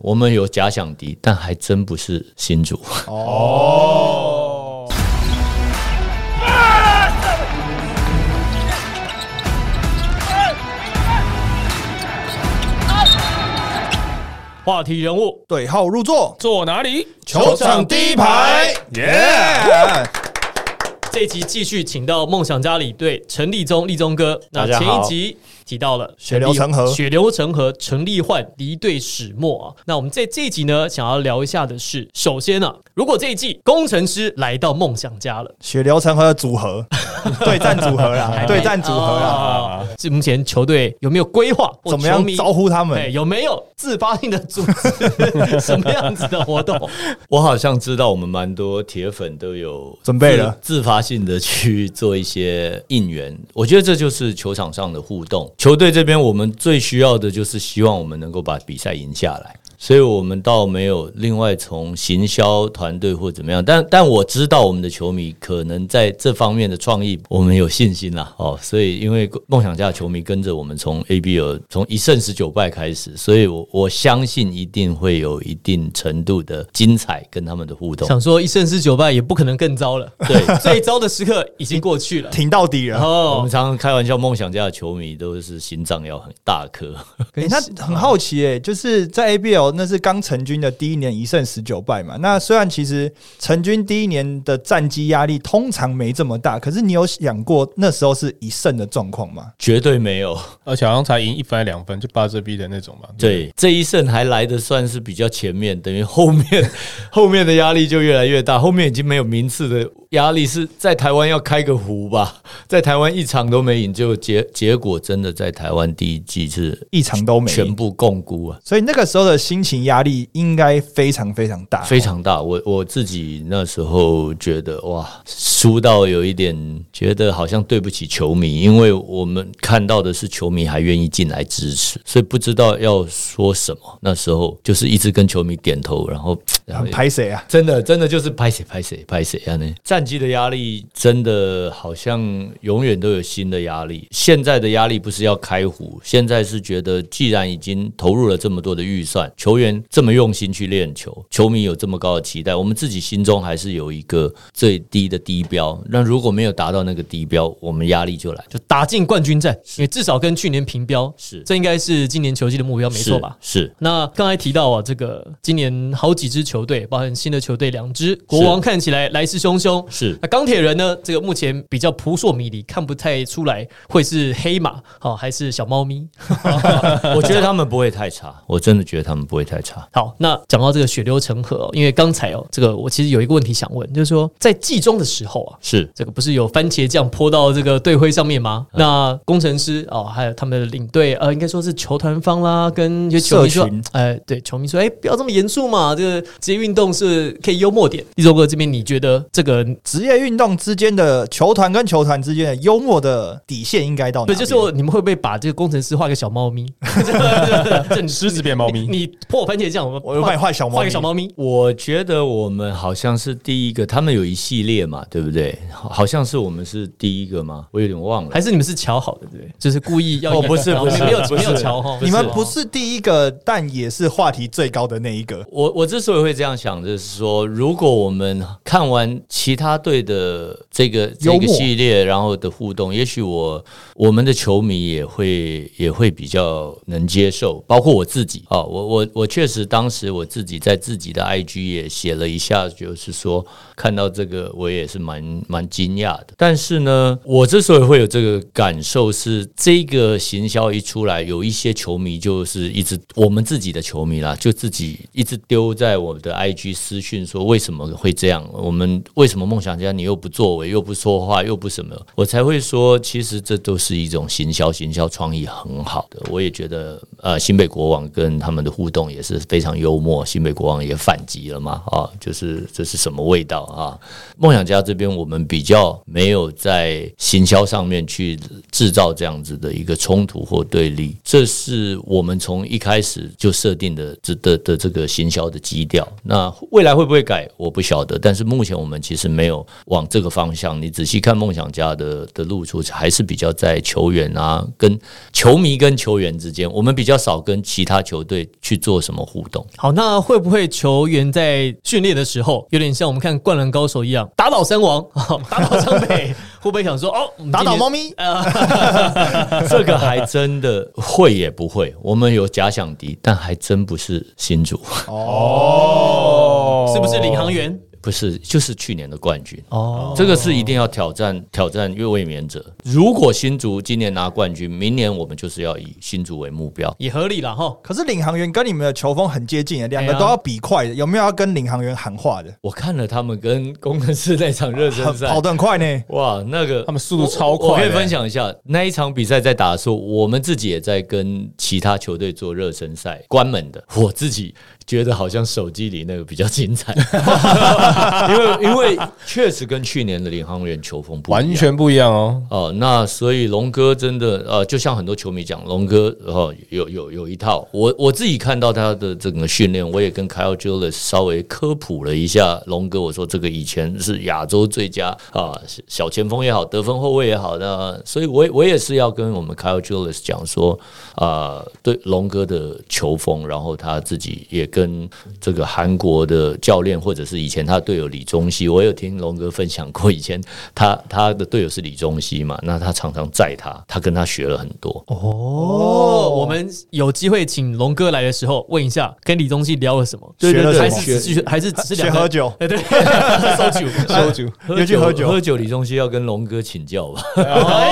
我们有假想敌，但还真不是新竹。 哦，话题人物对号入座，坐哪里？球场第一排，耶！这一集继续请到梦想家里队陈立宗，立宗哥。那大家前好一集提到了血流成河血流成河，陈立焕离队始末啊。那我们在这一集呢，想要聊一下的是，首先啊，如果这一季工程师来到梦想家了，血流成河的组合，对战组合啦，对战组合啦，啊，哦这目前球队有没有规划或怎么球样迷招呼他对，们？有没有自发性的组织 什么样子的活动？我好像知道我们蛮多铁粉都有准备了自自发性的去做一些应援。我觉得这就是球场上的互动。球队这边我们最需要的就是希望我们能够把比赛赢下来。所以我们倒没有另外从行销团队或怎么样，但但我知道我们的球迷可能在这方面的创意，我们有信心啦。哦，所以因为梦想家的球迷跟着我们从 ABL 从一胜十九败开始，所以我我相信一定会有一定程度的精彩跟他们的互动。想说一胜四九败也不可能更糟了，对，最糟的时刻已经 过去了。挺到底了。我哦们，常常开玩笑，梦想家的球迷都是心脏要很大颗。 诶那很好奇诶、就是在 ABL 那是刚成军的第一年一胜十九败嘛。那虽然其实成军第一年的战绩压力通常没这么大，可是你有想过那时候是一胜的状况吗？绝对没有，而且好像才赢一分还两分，就八折 B 的那种嘛。嗯对这一胜还来的算是比较前面，等于后面 后面的压力就越来越大，后面已经没有名次的压力，是在台湾要开个壶吧，在台湾一场都没赢，就结结果真的在台湾第一季是一场都没全赢，部共估啊，所以那个时候的心情压力应该非常非常大。哦非常大。我我自己那时候觉得哇，输到有一点觉得好像对不起球迷，因为我们看到的是球迷还愿意进来支持，所以不知道要说什么。那时候就是一直跟球迷点头，然后哎然后很拍谁啊？真的，真的就是拍谁拍谁拍谁啊！呢，战绩的压力真的好像永远都有新的压力。现在的压力不是要开壶，现在是觉得既然已经投入了这么多的预算，球员这么用心去练球，球迷有这么高的期待，我们自己心中还是有一个最低的低标。那如果没有达到那个低标，我们压力就来了。就打进冠军战，因为至少跟去年平标，是这应该是今年球季的目标，没错吧？是？是那刚才提到啊，这个今年好几支球队，包含新的球队两支，国王看起来来势汹汹，是那钢铁人呢？这个目前比较扑朔迷离，看不太出来会是黑马好、还是小猫咪。 我觉得他们不会太差，我真的觉得他们不会太差。好，那讲到这个血流成河、哦，因为刚才哦，这个我其实有一个问题想问，就是说在季中的时候啊，是这个不是有番茄酱泼到这个队徽上面吗？那工程师哦，还有他们的领队，呃，应该说是球团方啦，跟一些球迷社说群，哎、对，球迷说，哎、不要这么严肃嘛，这个职业运动是可以幽默点。一周哥这边，你觉得这个职业运动之间的球团跟球团之间的幽默的底线应哦该到哪对，边？就是我你们会不会把这个工程师画个小猫咪？这你狮子变猫咪你你泼我番茄酱，我们我又帮你画小猫咪画个小猫咪。我觉得我们好像是第一个，他们有一系列嘛，对不对？好好像是我们是第一个吗？我有点忘了。还是你们是瞧好的，对不对？就是故意要哦演不是然后不是没有不没是有瞧哈，你们不是第一个，但也是话题最高的那一个。我我之所以会这样想，就是说，如果我们看完其他队的这个这幽个默系列，然后的互动，也许我我们的球迷也会也会比较能接受，包括我自己啊、我我我确实当时我自己在自己的 IG 也写了一下，就是说看到这个我也是蛮蛮惊讶的。但是呢，我之所以会有这个感受是，这个行销一出来，有一些球迷就是一直我们自己的球迷啦，就自己一直丢在我的 IG 私讯说为什么会这样？我们为什么梦想家你又不作为，又不说话，又不什么？我才会说，其实这都是一种行销，行销创意很好的。我也觉得，呃，新北国王跟他们的互动也是非常幽默，新北国王也反击了嘛，啊，就是这是什么味道啊？梦想家这边我们比较没有在行销上面去制造这样子的一个冲突或对立，这是我们从一开始就设定的这的的这个行销的基调。那未来会不会改，我不晓得，但是目前我们其实没有往这个方向。你仔细看梦想家的的露出，还是比较在球员啊、跟球迷跟球员之间，我们比较少跟其他球队去做什么互动。好，那会不会球员在训练的时候，有点像我们看《灌篮高手》一样，打倒三王， 打倒张 北，会不会想说哦，我们今天打倒猫咪，这个还真的会也不会，我们有假想敌，但还真不是新主，哦是不是领航员？ 不是就是去年的冠军。哦，这个是一定要挑战挑战越位免者。如果新竹今年拿冠军，明年我们就是要以新竹为目标。也合理了哈。可是领航员跟你们的球风很接近的，两个对啊都要比快的，有没有要跟领航员喊话的？我看了他们跟工程师那场热身很 啊跑赛，得很快呢。哇，那个他们速度超快欸我可以的分享一下那一场比赛在打的时候，我们自己也在跟其他球队做热身赛，关门的。我自己觉得好像手机里那个比较精彩， 因为因为确实跟去年的领航员球风不一样完全不一样哦。哦，那所以龙哥真的呃，就像很多球迷讲，龙哥哦有有有一套。我我自己看到他的整个训练，我也跟 Kyle Julius 稍微科普了一下龙哥。我说这个以前是亚洲最佳啊小前锋也好，得分后卫也好，那所以我也我也是要跟我们 Kyle Julius 讲说啊、对龙哥的球风，然后他自己也跟这个韩国的教练或者是以前他队友李宗熙，我有听龙哥分享过，以前他他的队友是李宗熙嘛，那他常常载他，他跟他学了很多。哦，我们有机会请龙哥来的时候问一下，跟李宗熙聊了什么？对对对还是只是还是只是学两喝个？哎酒，对对，收酒。收住，又去喝酒喝酒，李宗熙要跟龙哥请教吧。哎，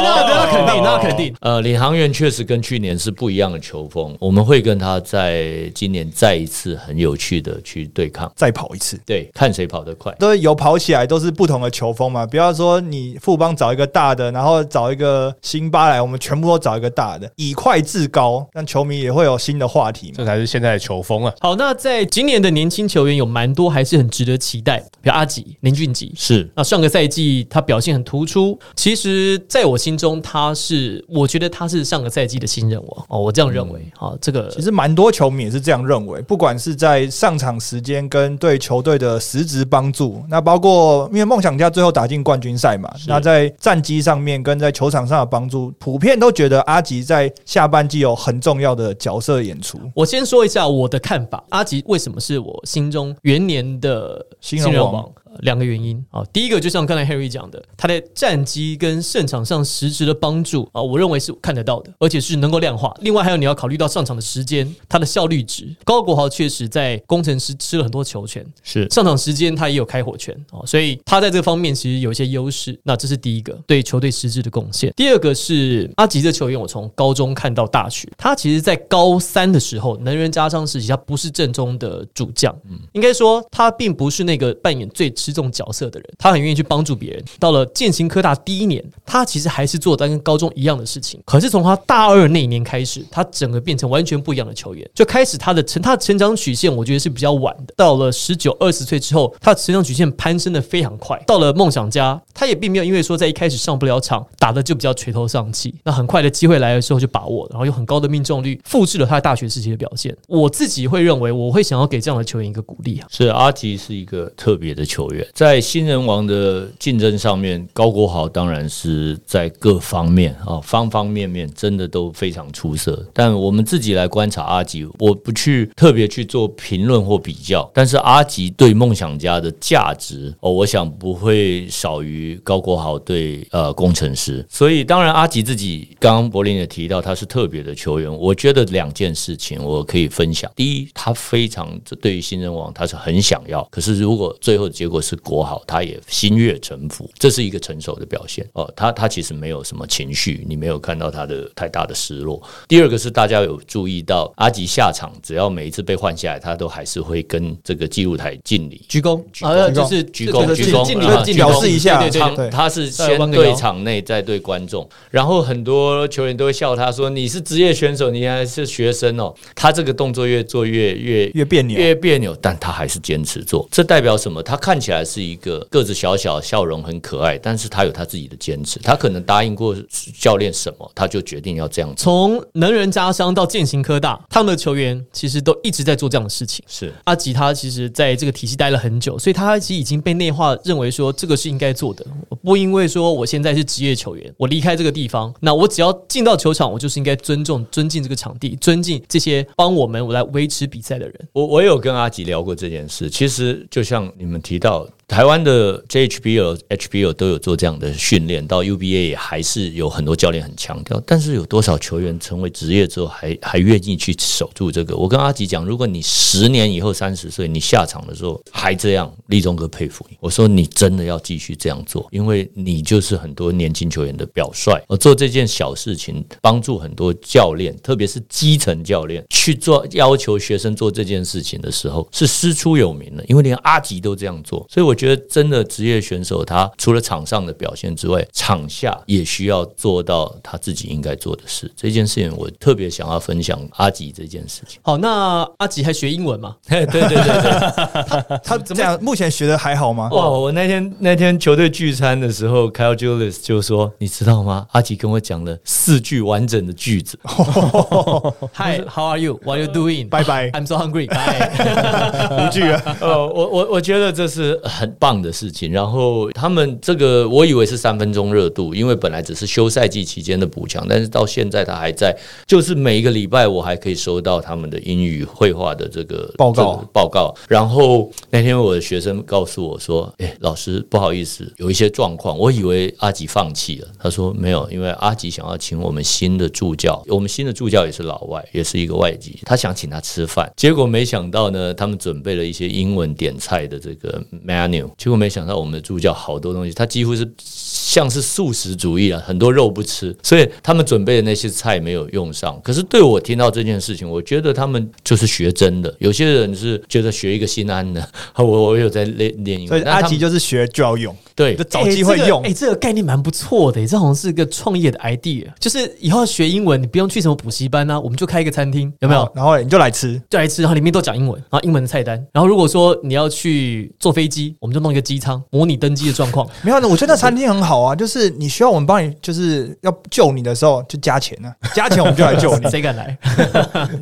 那哦那肯定，那肯定。 呃，领航员确实跟去年是不一样的球风，我们会跟他在今年再一次很有趣的去对抗，再跑一次。对，看谁跑得快。都有跑起来，都是不同的球风嘛。不要说你富邦找一个大的，然后找一个辛巴来，我们全部都找一个大的，以快制高，让球迷也会有新的话题嘛。这才是现在的球风啊！好，那在今年的年轻球员有蛮多，还是很值得期待，比如阿吉、林俊杰。是那上个赛季他表现很突出，其实在我心中他是，我觉得他是上个赛季的新人王哦，我这样认嗯为。好、这个其实蛮多球迷也是这样认为，不管是在上场时间跟对球队的实质帮助，那包括因为梦想家最后打进冠军赛嘛，那在战绩上面跟在球场上的帮助，普遍都觉得阿吉在下半季有很重要的角色演出。我先说一下我的看法，阿吉为什么是我心中元年的新人王呃两个原因啊、第一个就像刚才 Harry 讲的，他的战绩跟胜场上实质的帮助啊、我认为是看得到的，而且是能够量化。另外还有你要考虑到上场的时间，他的效率值。高国豪确实在工程师吃了很多球权，是，上场时间他也有开火权哦，所以他在这方面其实有一些优势。那这是第一个对球队实质的贡献。第二个是阿吉这球员，我从高中看到大学，他其实在高三的时候，能人加上时期，他不是正宗的主将，应该说他并不是那个扮演最吃重角色的人，他很愿意去帮助别人。到了建行科大第一年，他其实还是做的跟高中一样的事情，可是从他大二那一年开始，他整个变成完全不一样的球员，就开始他的成他的成长曲线，我觉得是比较晚的。到了十九二十岁之后，他的成长曲线攀升的非常快。到了梦想家，他也并没有因为说在一开始上不了场，打的就比较垂头丧气。那很快的机会来的时候就把握，然后有很高的命中率，复制了他大学时期的表现。我自己会认为，我会想要给这样的球员一个鼓励啊。是阿吉是一个特别的球员，在新人王的竞争上面，高国豪当然是在各方面啊、方方面面真的都非常出色。但我们自己来观察阿吉，我不去特别去做评论或比较，但是阿吉对梦想家的价值哦，我想不会少于高国豪对呃工程师。所以当然阿吉自己，刚刚柏林也提到他是特别的球员，我觉得两件事情我可以分享。第一，他非常对于新人王他是很想要，可是如果最后的结果是国好，他也心悦诚服，这是一个成熟的表现哦。他他其实没有什么情绪，你没有看到他的太大的失落。第二个是大家有注意到阿吉下场，只要每一次被换下来，他都还是会跟这个记录台敬礼。鞠躬，躬呃，就是鞠躬就是鞠躬敬礼啊敬礼表示一下对对对场对他是再先弯个对腰场内，再对观众。然后很多球员都会笑他说：“你是职业选手，你还是学生哦。”他这个动作越做越越越别扭。越别扭，但他还是坚持做。这代表什么？他看起来是一个个子小小、笑容很可爱，但是他有他自己的坚持。他可能答应过教练什么，他就决定要这样做。从能人家商到践行科大，他们的球员其实都一直在做这样的事情。是阿吉他其实在这个体系待了很久，所以他其实已经被内化，认为说这个是应该做的。不因为说我现在是职业球员，我离开这个地方，那我只要进到球场，我就是应该尊重、尊敬这个场地，尊敬这些帮我们我来维持比赛的人。我我有跟阿吉聊过这件事。其实就像你们提到，台湾的 JHBL、HBL 都有做这样的训练，到 UBA 也还是有很多教练很强调。但是有多少球员成为职业之后还还愿意去守住这个？我跟阿吉讲，如果你十年以后三十岁，你下场的时候还这样，立中哥佩服你。我说你真的要继续这样做，因为你就是很多年轻球员的表率。我做这件小事情，帮助很多教练，特别是基层教练去做要求学生做这件事情的时候，是师出有名的，因为连阿吉都这样做。所以我觉得，真的职业选手他除了场上的表现之外，场下也需要做到他自己应该做的事。这件事情我特别想要分享阿吉这件事情。好，那阿吉还学英文嘛？ 对对对对。他这样目前学的还好哦吗？哇！我那天那天球队聚餐的时候，Kyle Julius 就说：“你知道吗？阿吉跟我讲了四句完整的句 子。 Hi, how are you? What are you doing? 拜 拜 I'm so hungry. Bye. 无惧啊！呃，我我我觉得这是很棒的事情。然后他们这个，我以为是三分钟热度，因为本来只是休赛季期间的补强，但是到现在他还在，就是每一个礼拜我还可以收到他们的英语绘画的这个报告这个报告。然后那天我的学生告诉我说：“哎、老师，不好意思，有一些状况。”我以为阿吉放弃了，他说没有，因为阿吉想要请我们新的助教，我们新的助教也是老外，也是一个外籍，他想请他吃饭，结果没想到呢，他们准备了一些英文点菜的这个 menu，结果没想到我们的助教好多东西，他几乎是像是素食主义啊，很多肉不吃，所以他们准备的那些菜没有用上。可是对我听到这件事情，我觉得他们就是学真的。有些人是觉得学一个心安的， 我我有在练练英所文，以阿吉就就是学就要用，对就找机会用哎、这个哎。这个概念蛮不错的、这好像是一个创业的 idea，就是以后学英文，你不用去什么补习班啊，我们就开一个餐厅，有没有？好哦然后你就来吃，就来吃，然后里面都讲英文，然后英文的菜单。然后如果说你要去坐飞机，我们就弄一个机舱，模拟登机的状况。没有，我觉得那餐厅很好啊，就是你需要我们帮你，就是要救你的时候就加钱啊， 加钱我们就来救 你。谁敢来？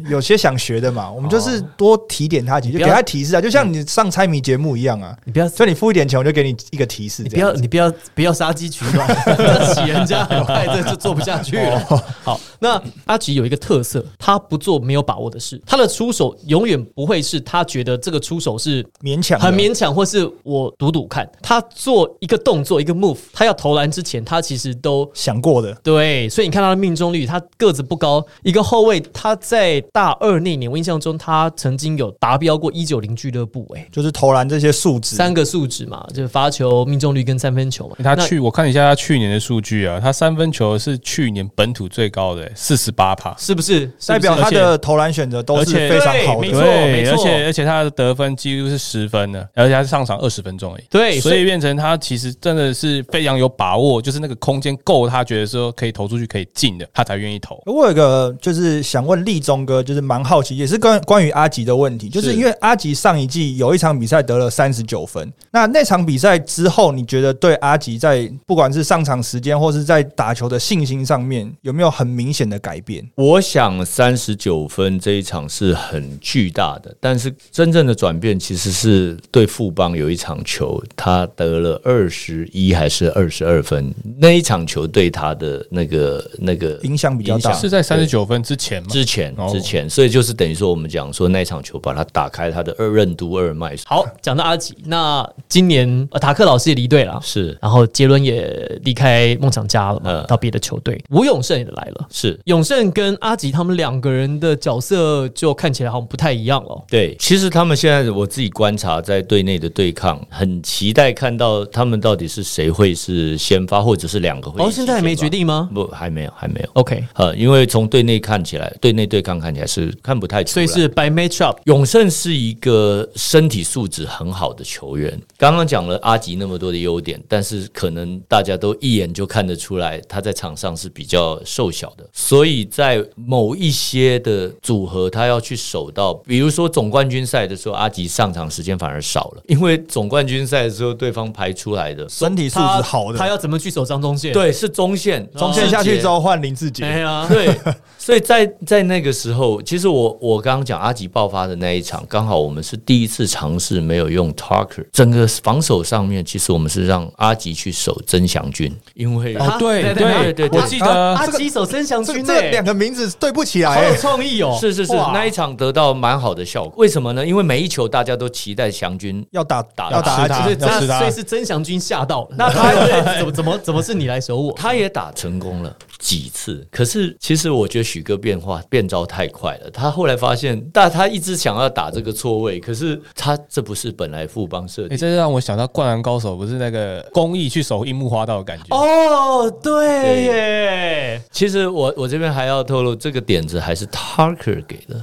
有些想学的嘛，我们就是多提点他几句，你就不给要他提示啊，就像嗯你上猜谜节目一样啊，你不要，所以你付一点钱，我就给你一个提示你这不要，样子。你不要，不要杀鸡取 卵， 哦洗人家很快这就做不下去了。好，那阿吉有一个特色，他不做没有把握的事，他的出手永远不会是他觉得这个出手是勉强的很勉强，或是我赌赌看。他做一个动作，一个 move，他要投篮之前，他其实都想过的，对，所以你看他的命中率，他个子不高，一个后卫，他在大二那年，我印象中他曾经有达标过一九零俱乐部、欸，就是投篮这些数值。三个数值嘛，就是罚球、命中率跟三分球嘛。他那去我看一下他去年的数据啊，他三分球是去年本土最高的欸四十八帕，是不是代表他？是不是而的投篮选择都是而且非常好对的没。错对，而错且而且他的得分几乎是十分的，而且他上场二十分钟而已。对所所以以变成他其实真的是非常有把握，就是那个空间够，他觉得说可以投出去可以进的，他才愿意投。我有一个就是想问立中哥，就是蛮好奇，也是关关于阿吉的问题，就是是因为阿吉上一季有一场比赛得了三十九分，那那场比赛之后，你觉得对阿吉在不管是上场时间或是在打球的信心上面有没有很明显的改变？我想三十九分这一场是很巨大的，但是真正的转变其实是对富邦有一场球，他得了二十一还是二十二分，那一场球对他的那个那个影响比较大啊影响是在对三十九分之前吗？之前哦之前，所以就是等于说我们讲说那一场球把它打开他的二任督二脉，好，讲到阿吉，那今年呃塔克老师也离队了。是然后杰伦也离开梦想家了嘛，嗯到别的球队。吴永胜也来了，是。永胜跟阿吉他们两个人的角色就看起来好像不太一样了。对，其实他们现在我自己观察，在队内的对抗，很期待看到他们到底是谁会是是先发，或者是两个会。哦，现在还没决，定吗不，还没有，还没有。 ？OK，呃，因为从队内看起来，队内对抗看起来是看不太出所来。以是 by matchup 永胜是一个身体素质很好的球员。刚刚讲了阿吉那么多的优点，但是可能大家都一眼就看得出来，他在场上是比较瘦小的，所以在某一些的组合，他要去守到，比如说总冠军赛的时候，阿吉上场时间反而少了，因为总冠军赛的时候对方排出来的身体素质好他的，要怎么去守张忠宪？，对哦是中线，中线下去之后换林志哎杰，呀，对，所以在在那个时候，其实我我刚刚讲阿吉爆发的那一场，刚好我们是第一次尝试没有用 Tucker，整个防守上面，其实我们是让阿吉去守曾祥军，因为哦，对啊对对对对对，对我记得阿基手曾祥这军个呢，这两个名字对不起来、好有欸，创意哦，是是是，哇那一场得到蛮好的效果。为什么呢？因为每一球大家都期待祥军。要打打啊要打阿吃他基要吃那他所以是曾祥军吓到了，那他怎么怎么怎么是你来守我？他也打成功了几次，可是其实我觉得许哥变化变招太快了。他后来发现，但他一直想要打这个错位，可是他这不是本来富邦设哎，计。这让我想到《灌篮高手》，不是那个公益去守樱木花道的感觉。哦，对耶，其实我我这边还要透露，这个点子还是 Tucker 给的。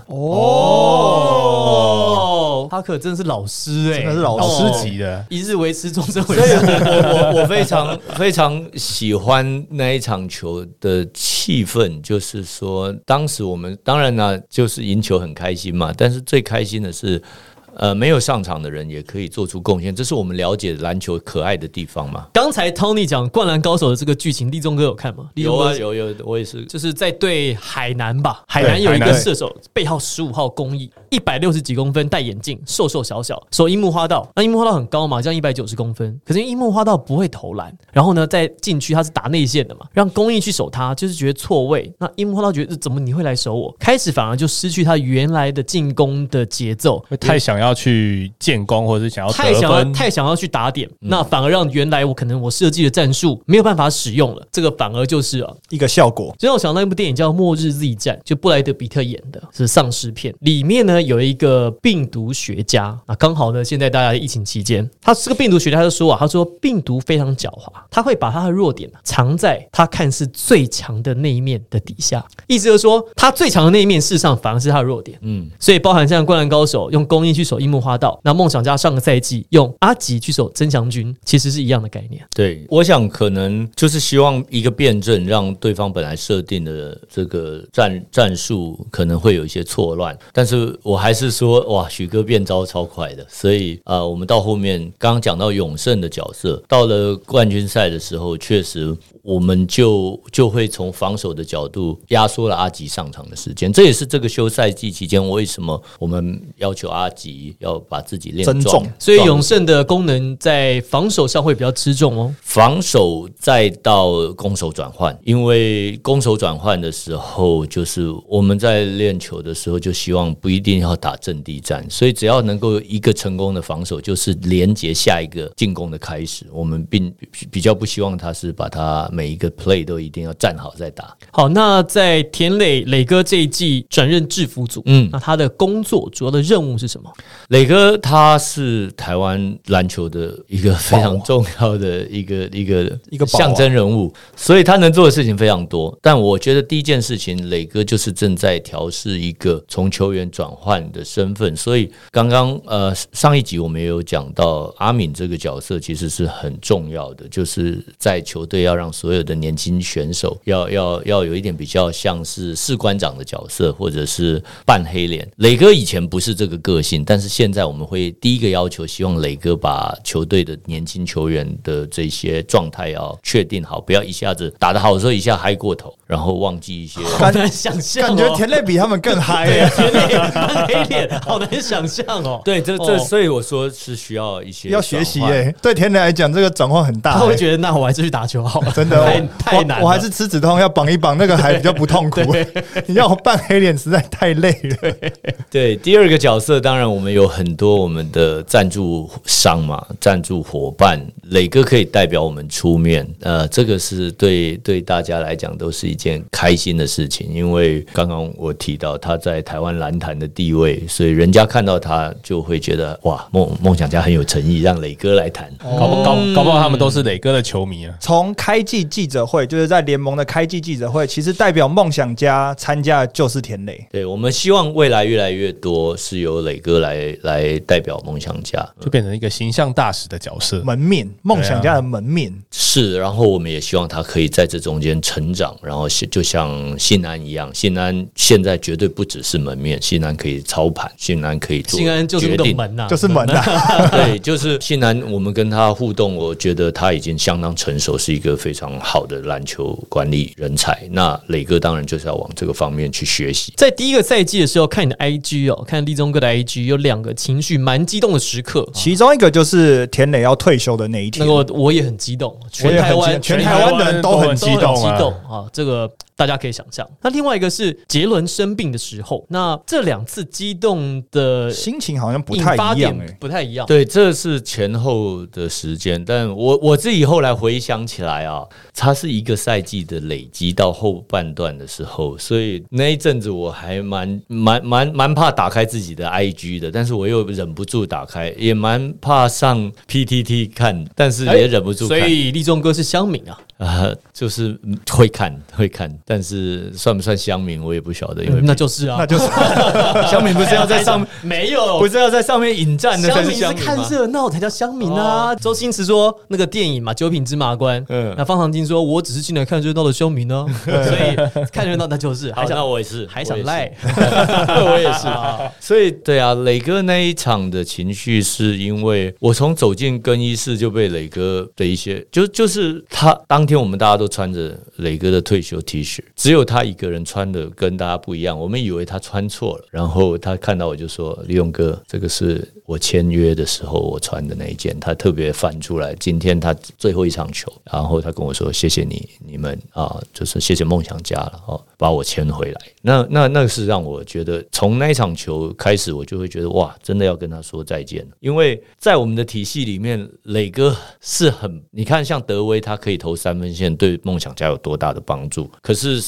哦，他可真的是老师哎，真的是老老师师级的，一日为师，终身为所以师。我我我我 非常非常喜欢那一场球的气氛，就是说，当时我们当然呢、就是赢球很开心嘛，但是最开心的是。呃，没有上场的人也可以做出贡献，这是我们了解篮球可爱的地方嘛。刚才 Tony 讲《灌篮高手》的这个剧情，立中哥有看吗？立有中啊，哥有有，我也是就是在对海南吧，海南有一海个南射手，背号十五号公益，一百六十几公分，戴眼镜，瘦瘦小小，守樱木花道。那樱木花道很高嘛，这样一百九十公分，可是樱木花道不会投篮，然后呢，在禁区他是打内线的嘛，让公益去守他，就是觉得错位。那樱木花道觉得怎么你会来守我？开始反而就失去他原来的进攻的节奏，会太想要去建功，或者是想要太得想要分，嗯太想要去打点，那反而让原来我可能我设计的战术没有办法使用了，这个反而就是啊，一个效果。就让我想到一部电影叫《末日 Z 战》，就布莱德比特演的，是丧尸片。里面呢有一个病毒学家啊，刚好呢现在大家疫情期间，他这个病毒学家就说啊，他说病毒非常狡猾，他会把他的弱点藏在他看似最强的那一面的底下，意思就是说他最强的那一面事实上反而是他的弱点。嗯，所以包含像《灌篮高手》用公益去守樱木花道，那梦想家上个赛季用阿吉去守曾祥军，其实是一样的概念。对，我想可能就是希望一个辩证，让对方本来设定的这个战战术可能会有一些错乱。但是我还是说，哇，许哥变招超快的，所以啊、呃我们到后面刚刚讲到永胜的角色，到了冠军赛的时候，确实我们就就会从防守的角度压缩了阿吉上场的时间。这也是这个休赛季期间为什么我们要求阿吉要把自己练增壮重所以壮永胜的功能在防守上会比较吃重哦。防守再到攻守转换，因为攻守转换的时候，就是我们在练球的时候，就希望不一定要打阵地战，所以只要能够一个成功的防守，就是连接下一个进攻的开始。我们并比比较不希望他是把他每一个 play 都一定要站好再打。好，那在田磊磊哥这一季转任制服组，嗯嗯，那他的工作主要的任务是什么？磊哥他是台湾篮球的一个非常重要的一个一个一个宝啊象征人物，所以他能做的事情非常多。但我觉得第一件事情，磊哥就是正在调试一个从球员转换的身份。所以刚刚呃上一集我们也有讲到，阿敏这个角色其实是很重要的，就是在球队要让所有的年轻选手要要要有一点比较像是士官长的角色，或者是扮黑脸。磊哥以前不是这个个性，但是现在我们会第一个要求，希望磊哥把球队的年轻球员的这些状态要确定好，不要一下子打得好的时候一下嗨过头，然后忘记一些。好难想象、哦，感觉田磊比他们更嗨、欸， 田磊翻黑脸，好难想象哦。对，这这所以我说是需要一些欸要学习哎、对田磊来讲，这个转换很大、他会欸。觉得，那我还是去打球好了。啊真的，太我太难了我，我还是吃止痛药绑一绑，那个还比较不痛苦。 你让我扮黑脸实在太累了。对，第二个角色当然我们有很多我们的赞助商嘛，赞助伙伴，磊哥可以代表我们出面，呃，这个是对对大家来讲都是一件开心的事情，因为刚刚我提到他在台湾篮坛的地位，所以人家看到他就会觉得哇，梦梦想家很有诚意，让磊哥来谈。搞不搞嗯搞不好他们都是磊哥的球迷啊。从开季记者会，就是在联盟的开季记者会，其实代表梦想家参加的就是田磊。对，我们希望未来越来越多是由磊哥来来代表梦想家。就变成一个形象大使的角色。门面，梦想家的门面，是，然后我们也希望他可以在这中间成长，然后是就像信安一样，信安现在绝对不只是门面，信安可以操盘，信安可以做信安就是决不定懂，门呐、就是门啊！ 对，就是信安，我们跟他互动，我觉得他已经相当成熟，是一个非常好的篮球管理人才。那磊哥当然就是要往这个方面去学习。在第一个赛季的时候，看你的 IG 哦，看立中哥的 IG 有两个情绪蛮激动的时刻， 其中一个就是田磊要退休的那一天那，个我也很激动，我全也很台激湾全全台台湾的湾人都都很都很激很动激啊动啊！这个大家可以想象。那另外一个是杰伦生病的时候，那这两次激动的呃心情好像不引太发一样哎、点不太一样。对，这是前后的时间，但我我自己后来回想起来啊，它是一个赛季的累积到后半段的时候，所以那一阵子我还蛮蛮蛮蛮怕打开自己的 IG 的，但是我又忍不住打开，也蛮怕上 PTT 看，但是也忍不住哎所看，以立中哥是乡民啊，啊、 就是嗯会看会看，但是算不算乡民我也不晓得，因为那就是啊，那 就是乡民不是要在上。没有，不是要在上面引战的才乡是民是乡民看吗？哦热闹才叫乡民啊！周星驰说那个电影嘛，《九品芝麻官》，嗯那方长进说我只是进来看热闹的乡民呢，嗯所以看热闹那就是还好，那想我也是，还我想也是赖， 我也是。所以对啊，磊哥那一场的情绪是因为我从走进更衣室就被磊哥的一些，就就是他当天我们大家都穿着磊哥的退休 T 恤，只有他一个人穿的跟大家不一样，我们以为他穿错了，然后他看到我就说：“李勇哥，这个是我签约的时候我穿的那一件。”他特别翻出来，今天他最后一场球，然后他跟我说：“谢谢你，你们啊，就是谢谢梦想家了哦，把我签回来。那”那那是让我觉得，从那一场球开始，我就会觉得哇，真的要跟他说再见了。因为在我们的体系里面，磊哥是很，你看像德威，他可以投三分线，对梦想家有多大的帮助？可是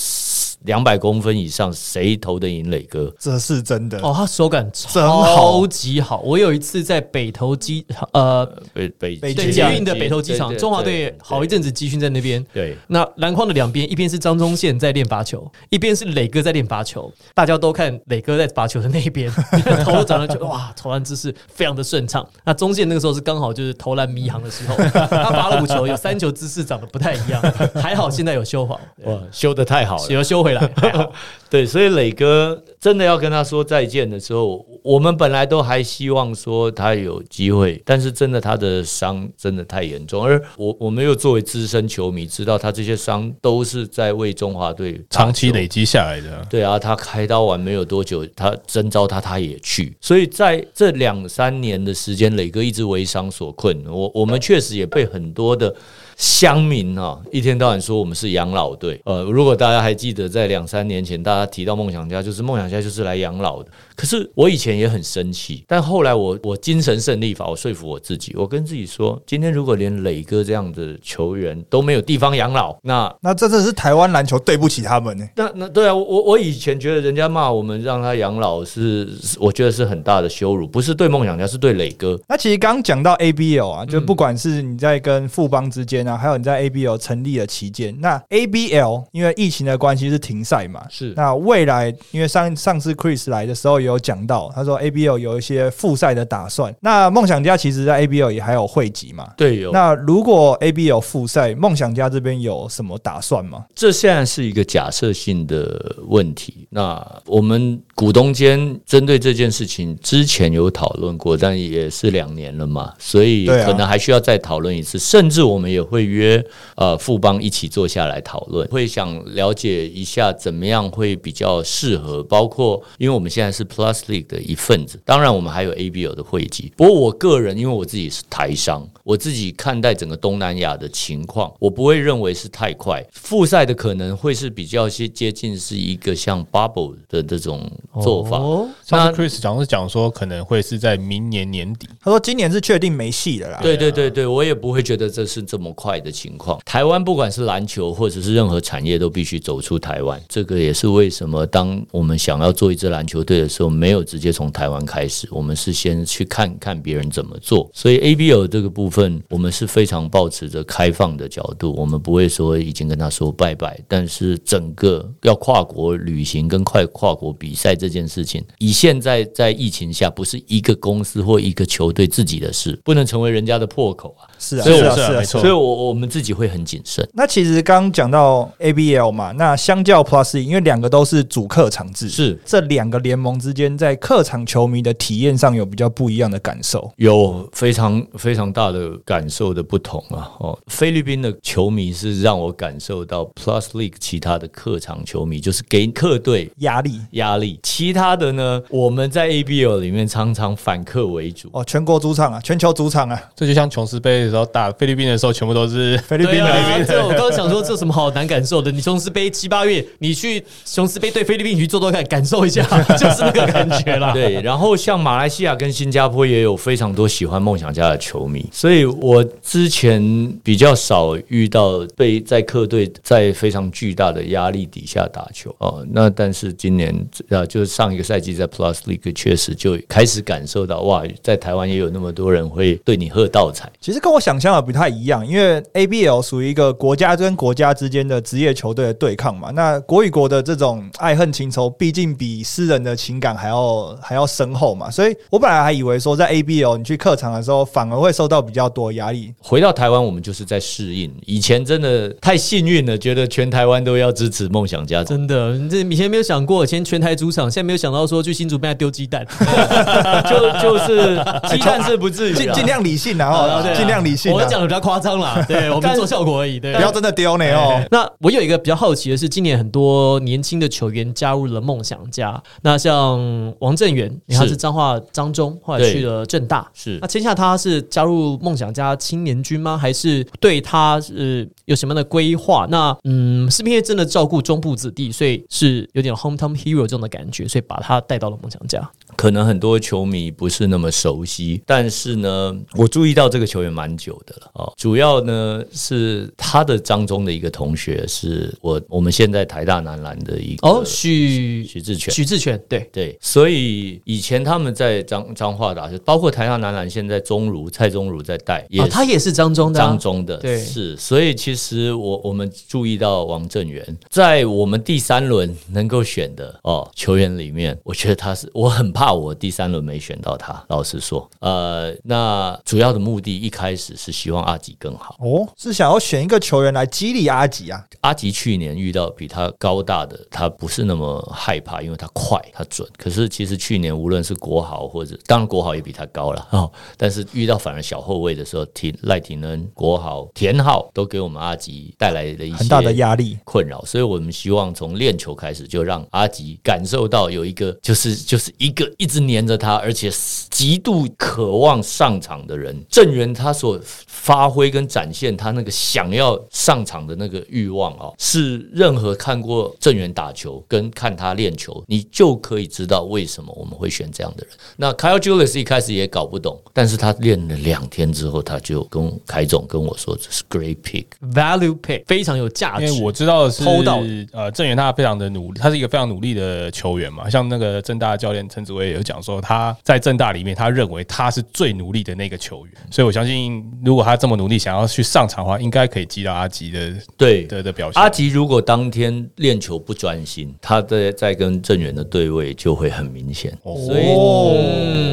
两百公分以上，谁投得赢磊哥？这是真的。哦，他手感真好超级好。我有一次在北投机呃，北北北对京捷运的北投机场，对对中华对队好一阵子集训在那边。对。那篮筐的两边，一边是张宗宪在练罚球，一边是磊哥在练罚球。大家都看磊哥在罚球的那一边， 投了长得就哇，投篮姿势非常的顺畅。那宗宪那个时候是刚好就是投篮迷航 的时候，他罚了五球，有三球姿势长得不太一样，还好现在有修好，哇，修的太好了！有修 回来，还好。对，所以磊哥真的要跟他说再见的时候，我们本来都还希望说他有机会，但是真的他的伤真的太严重，而我我们又作为资深球迷，知道他这些伤都是在为中华队打球长期累积下来的，对啊，他开刀完没有多久，他征召他他也去，所以在这两三年的时间，磊哥一直为伤所困。我我们确实也被很多的乡民啊，一天到晚说我们是养老队。呃，如果大家还记得，在两三年前，大家提到梦想家，就是梦想家就是来养老的。可是我以前也很生气，但后来我我精神胜利法，我说服我自己，我跟自己说，今天如果连磊哥这样的球员都没有地方养老，那那这真的是台湾篮球对不起他们欸呢、那那对啊，我我以前觉得人家骂我们让他养老是，是我觉得是很大的羞辱，不是对梦想家，是对磊哥。那其实刚刚讲到 ABL 啊，就不管是你在跟富邦之间啊，还有你在 ABL 成立的期间，那 ABL 因为疫情的关系啊是停赛嘛，是那未来因为上上次 Chris 来的时候也有讲到，他说 ABL 有一些复赛的打算。那梦想家其实在 ABL 也还有汇集嘛。队友，那如果 ABL 复赛，梦想家这边有什么打算吗？这现在是一个假设性的问题。那我们股东间针对这件事情之前有讨论过，但也是两年了嘛，所以对啊可能还需要再讨论一次。甚至我们也会约呃富邦一起坐下来讨论，会想了解一下怎么样会比较适合，包括因为我们现在是 Plus League 的一份子，当然我们还有 ABL 的会籍。不过我个人因为我自己是台商，我自己看待整个东南亚的情况，我不会认为是太快。复赛的可能会是比较些接近是一个像 Bubble 的这种做法。哦那上次 Chris 讲是讲说可能会是在明年年底，他说今年是确定没戏的啦。对对对对，我也不会觉得这是这么快的情况。台湾不管是篮球或者是任何产业，都必须走出台湾。这个也是为什么当我们想要做一支篮球队的时候，没有直接从台湾开始，我们是先去看看别人怎么做。所以 ABL 这个部分，我们是非常保持着开放的角度，我们不会说已经跟他说拜拜，但是整个要跨国旅行跟快跨国比赛这件事情，以现在在疫情下，不是一个公司或一个球队自己的事，不能成为人家的破口啊。是啊，所以是啊，我是啊，没是啊错所以我，我我们自己会很谨慎。那其实刚刚讲到 ABL 嘛，那相较 Plus，因为 E，两个都是主客场制，是这两个联盟之间在客场球迷的体验上有比较不一样的感受。有非常非常大的感受的不同啊！哦，菲律宾的球迷是让我感受到 Plus League 其他的客场球迷就是给客队压力压力，其他的呢，我们在 ABL 里面常常反客为主。哦，全国主场啊，全球主场啊，这就像琼斯杯的时候打菲律宾的时候，全部都是菲律宾对的、啊，这我刚刚想说，这有什么好难感受的？你琼斯杯七八月，你去琼斯杯对菲律宾，你去做做看，感受 一下，就是那个感觉 啦。对，然后像马来西亚跟新加坡也有非常多喜欢梦想家的球迷，所以我之前比较少遇到被在客队在非常巨大的压力底下打球哦。那但是今年啊，就是上一个赛季在 Plus League 确实就开始感受到哇，在台湾也有那么多人会对你喝倒彩。其实跟我想象的不太一样，因为 ABL 属于一个国家跟国家之间的职业球队的对抗嘛。那国与国的这种爱恨情仇，毕竟比私人的情感还要还要深厚嘛。所以我本来还以为说，在 ABL 你去客场的时候，反而会受到比较多压力。回到台湾，我们就是在适应。以前真的太幸运了，觉得全台湾都要支持梦想家。真的，你这以前没有想过，以前全台主场，现在没有想到说去新竹被他丢鸡 蛋，就就是鸡蛋是不至于哎 尽啊。尽量理性啊，啊哦对啊尽量理性、啊。我讲的比较夸 张啦，对我们做效果而已，对啊不。要真的丢呢哦。那我有一个比较好奇的是，今年很多年轻的球员加入了梦想家。那像王振源，他是彰化彰中，后来对去了正大。是那签下他是加入梦想家青年军吗？还是对他是有什么样的规划？那嗯，是不是因为真的照顾中部子弟，所以是有点 hometown hero 这种的感觉，所以把他带到了梦想家？可能很多球迷不是那么熟悉，但是呢，我注意到这个球员蛮久的了哦。主要呢是他的张中的一个同学，是我我们现在台大男篮的一个哦，许许志全。许志全，对，对，所以以前他们在彰彰化打球，包括台大男篮，现在钟如蔡钟如在带，也哦，是他也是彰中的啊、张中的，对是，所以其实我我们注意到王正源在我们第三轮能够选的哦球员里面，我觉得他是我很怕我第三轮没选到他，老实说，呃，那主要的目的一开始是希望阿吉更好，哦，是想要选一个球员来激励阿吉啊，阿吉去年遇到比他高大的，他不是那么害怕，因为他快，他准。可是其实去年无论是国豪或者，当然国豪也比他高了哦，但是遇到反而小后卫的时候，廷赖廷恩、国豪、田浩都给我们阿吉带来的一些很大的压力。困扰，所以我们希望从练球开始，就让阿吉感受到有一个就是就是一个一直黏着他，而且极度渴望上场的人。郑源他所发挥跟展现他那个想要上场的那个欲望哦，是任何看过郑源打球跟看他练球，你就可以知道为什么我们会选这样的人。那 Kyle Julius 一开始也搞不懂，但是他练了两天之后，他就跟凯总跟我说，这是 great pick。 value pick 非常有价值，因为我知道的是偷到呃郑源他非常的努力，他是一个非常努力的球员嘛，像那个正大的教练陈子威也有讲说，他在正大里面，他认为他是最努力的那个球员，所以我相信，如果他这么努力想要去上场的话，应该可以激到阿吉的对的的表现。啊阿吉如果当天练球不专心，他的在跟郑源的对位就会很明显，哦所以、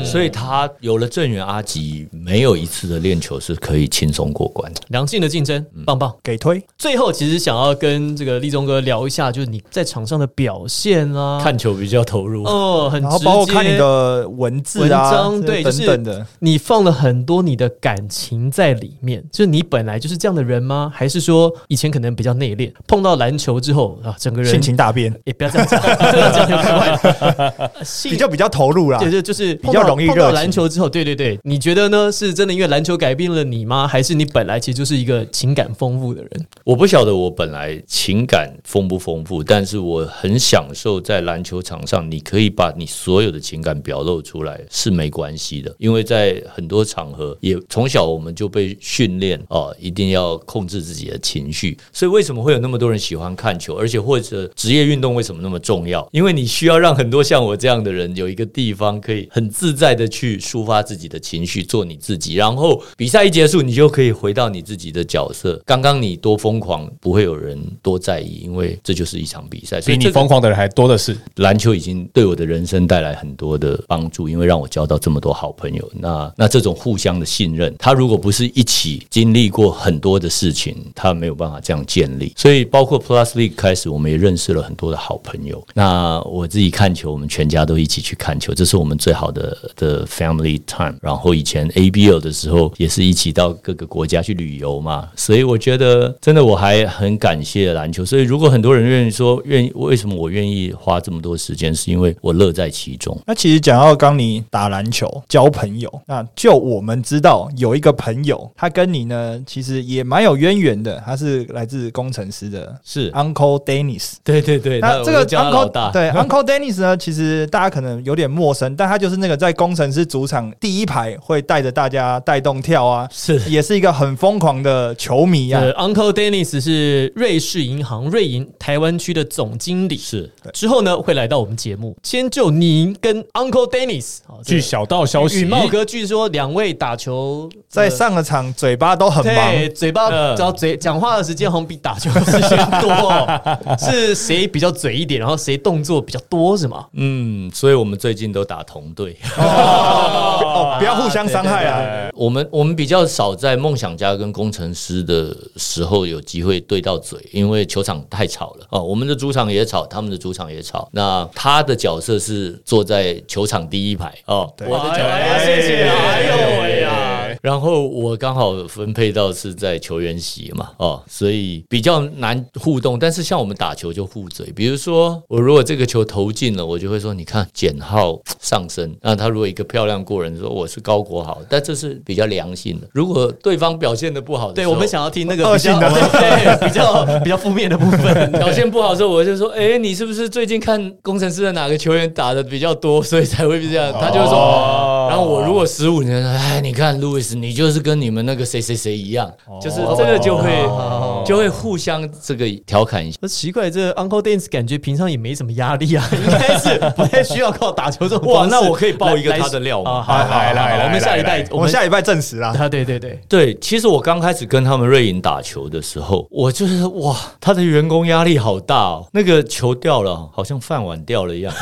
所以他有了郑源，阿吉没有一次的练球是可以轻松过关的。良性的竞争，嗯棒棒。给推最后，其实想要跟这个立中哥聊一下，就是你在场上的表现啊，看球比较投入，哦，很然后直接。包括看你的文字啊，文章对就等是等的，你放了很多你的感情在里面，就是你本来就是这样的人吗？还是说以前可能比较内敛，碰到篮球之后啊，整个人性情大变，也、不要这样讲，这样讲有点 坏。性比较比较投入啦对。对，就是比较容易碰到热情篮球之后，对对对，你觉得呢？是真的因为篮球改变了你吗？还是你本来其实就是一个情感丰富的人？我不晓得我本来情感丰不丰富，但是我很享受在篮球场上，你可以把你所有的情感表露出来是没关系的，因为在很多场合也从小我们就被训练哦，一定要控制自己的情绪。所以为什么会有那么多人喜欢看球，而且或者职业运动为什么那么重要？因为你需要让很多像我这样的人有一个地方可以很自在的去抒发自己的情绪，做你自己，然后比赛一结束，你就可以回到你自己的角色。刚刚你多疯狂，不会有人多在意，因为这就是一场比赛。所以比你这个疯狂的人还多的是。篮球已经对我的人生带来很多的帮助，因为让我交到这么多好朋友。那那这种互相的信任，他如果不是一起经历过很多的事情，他没有办法这样建立。所以，包括 Plus League 开始，我们也认识了很多的好朋友。那我自己看球，我们全家都一起去看球，这是我们最好的的 family time。然后以前 ABL 的时候，也是一起到各个国家去旅游嘛。所以我觉得，真的我还很感谢篮球。所以，如果很多人愿意说愿意，为什么我愿意花这么多时间，是因为我乐在其中。那其实讲到刚你打篮球交朋友，那就我们知道有一个朋友，他跟你呢其实也蛮有渊源的，他是来自工程师的是 Uncle Dennis。 对对对，那这个我叫他老 Uncle 大， 对 Uncle Dennis 呢，其实大家可能有点陌生，但他就是那个在工程师主场第一排会带着大家带动跳啊，是也是一个很疯狂的球迷啊。呃，Uncle Dennis 是瑞士银行瑞银台湾区的总经理，是，之后呢会来到我们节目，先就您跟 Uncle Dennis 啊，这据个小道消息，与茂哥据说两位打球在呃上个场嘴巴都很忙， 对，嘴巴嗯只要嘴讲话的时间好像比打球的时间多 哦、是谁比较嘴一点，然后谁动作比较多是吗？嗯，所以我们最近都打同队。哦，不要互相伤害啊。我们我们比较少在梦想家跟工程师的时候有机会对到嘴，因为球场太吵了哦。我们的主场也吵，他们的主场也吵。那他的角色是坐在球场第一排哦，对我的角哎呀谢谢啊哎呦喂呀！然后我刚好分配到是在球员席嘛，哦，所以比较难互动。但是像我们打球就互嘴，比如说我如果这个球投进了，我就会说你看简浩上升。那他如果一个漂亮过人，说我是高国豪，但这是比较良性的。如果对方表现的不好的对，时候我们想要听那个恶比较性的 对比较比较负面的部 分。表现不好的时候，我就说：“哎、你是不是最近看工程师的哪个球员打的比较多，所以才会这哦样？”他就会说：“然后我如果十五年，哎，你看路易斯，你就是跟你们那个谁谁谁一样，哦就是这个就会、就会互相这个调侃一下。”那奇怪，这 Uncle Dennis 感觉平常也没什么压力啊，应该是不太需要靠打球这种哇方式那我可以爆一个来他的料吗哎啊好好好来来好来我们下礼来拜来我们下礼拜证实啦。啊，对对对，对，其实我刚开始跟他们瑞银打球的时候，我就是哇，他的员工压力好大哦，那个球掉了，好像饭碗掉了一样。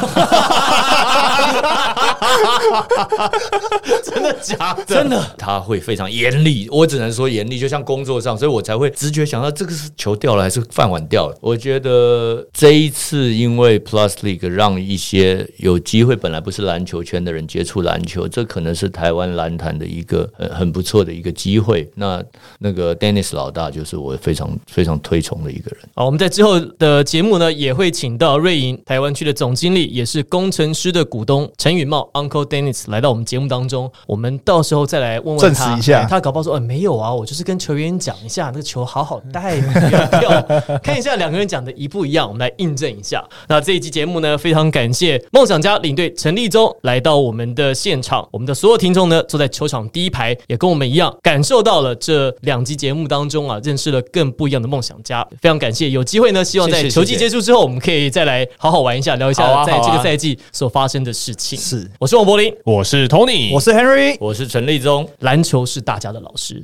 真的假的？真的，他会非常严厉，我只能说严厉，就像工作上，所以我才会直觉想到这个是球掉了还是饭碗掉了。我觉得这一次因为 Plus League 让一些有机会本来不是篮球圈的人接触篮球，这可能是台湾篮坛的一个很很不错的一个机会。那那个 Dennis 老大就是我非常非常推崇的一个人。好，我们在之后的节目呢，也会请到瑞银台湾区的总经理，也是工程师的股东陈允茂 Uncle Dennis 来到我们节目当中。我们到时候再来问问他，证实一下哎他搞不好说，哎，没有啊，我就是跟球员讲一下，那个球好好带嗯不要 掉。看一下两个人讲的一不一样，我们来印证一下。那这一期节目呢，非常感谢梦想家领队陈立忠来到我们的现场，我们的所有听众呢坐在球场第一排，也跟我们一样感受到了这两集节目当中啊，认识了更不一样的梦想家。非常感谢，有机会呢，希望在谢谢球季谢谢结束之后，我们可以再来好好玩一下，聊一好下啊在好啊这个赛季所发生的事情。是，我是王柏林，我是 Tony，我是 Henry，我是陈立忠，篮球是大家的老师。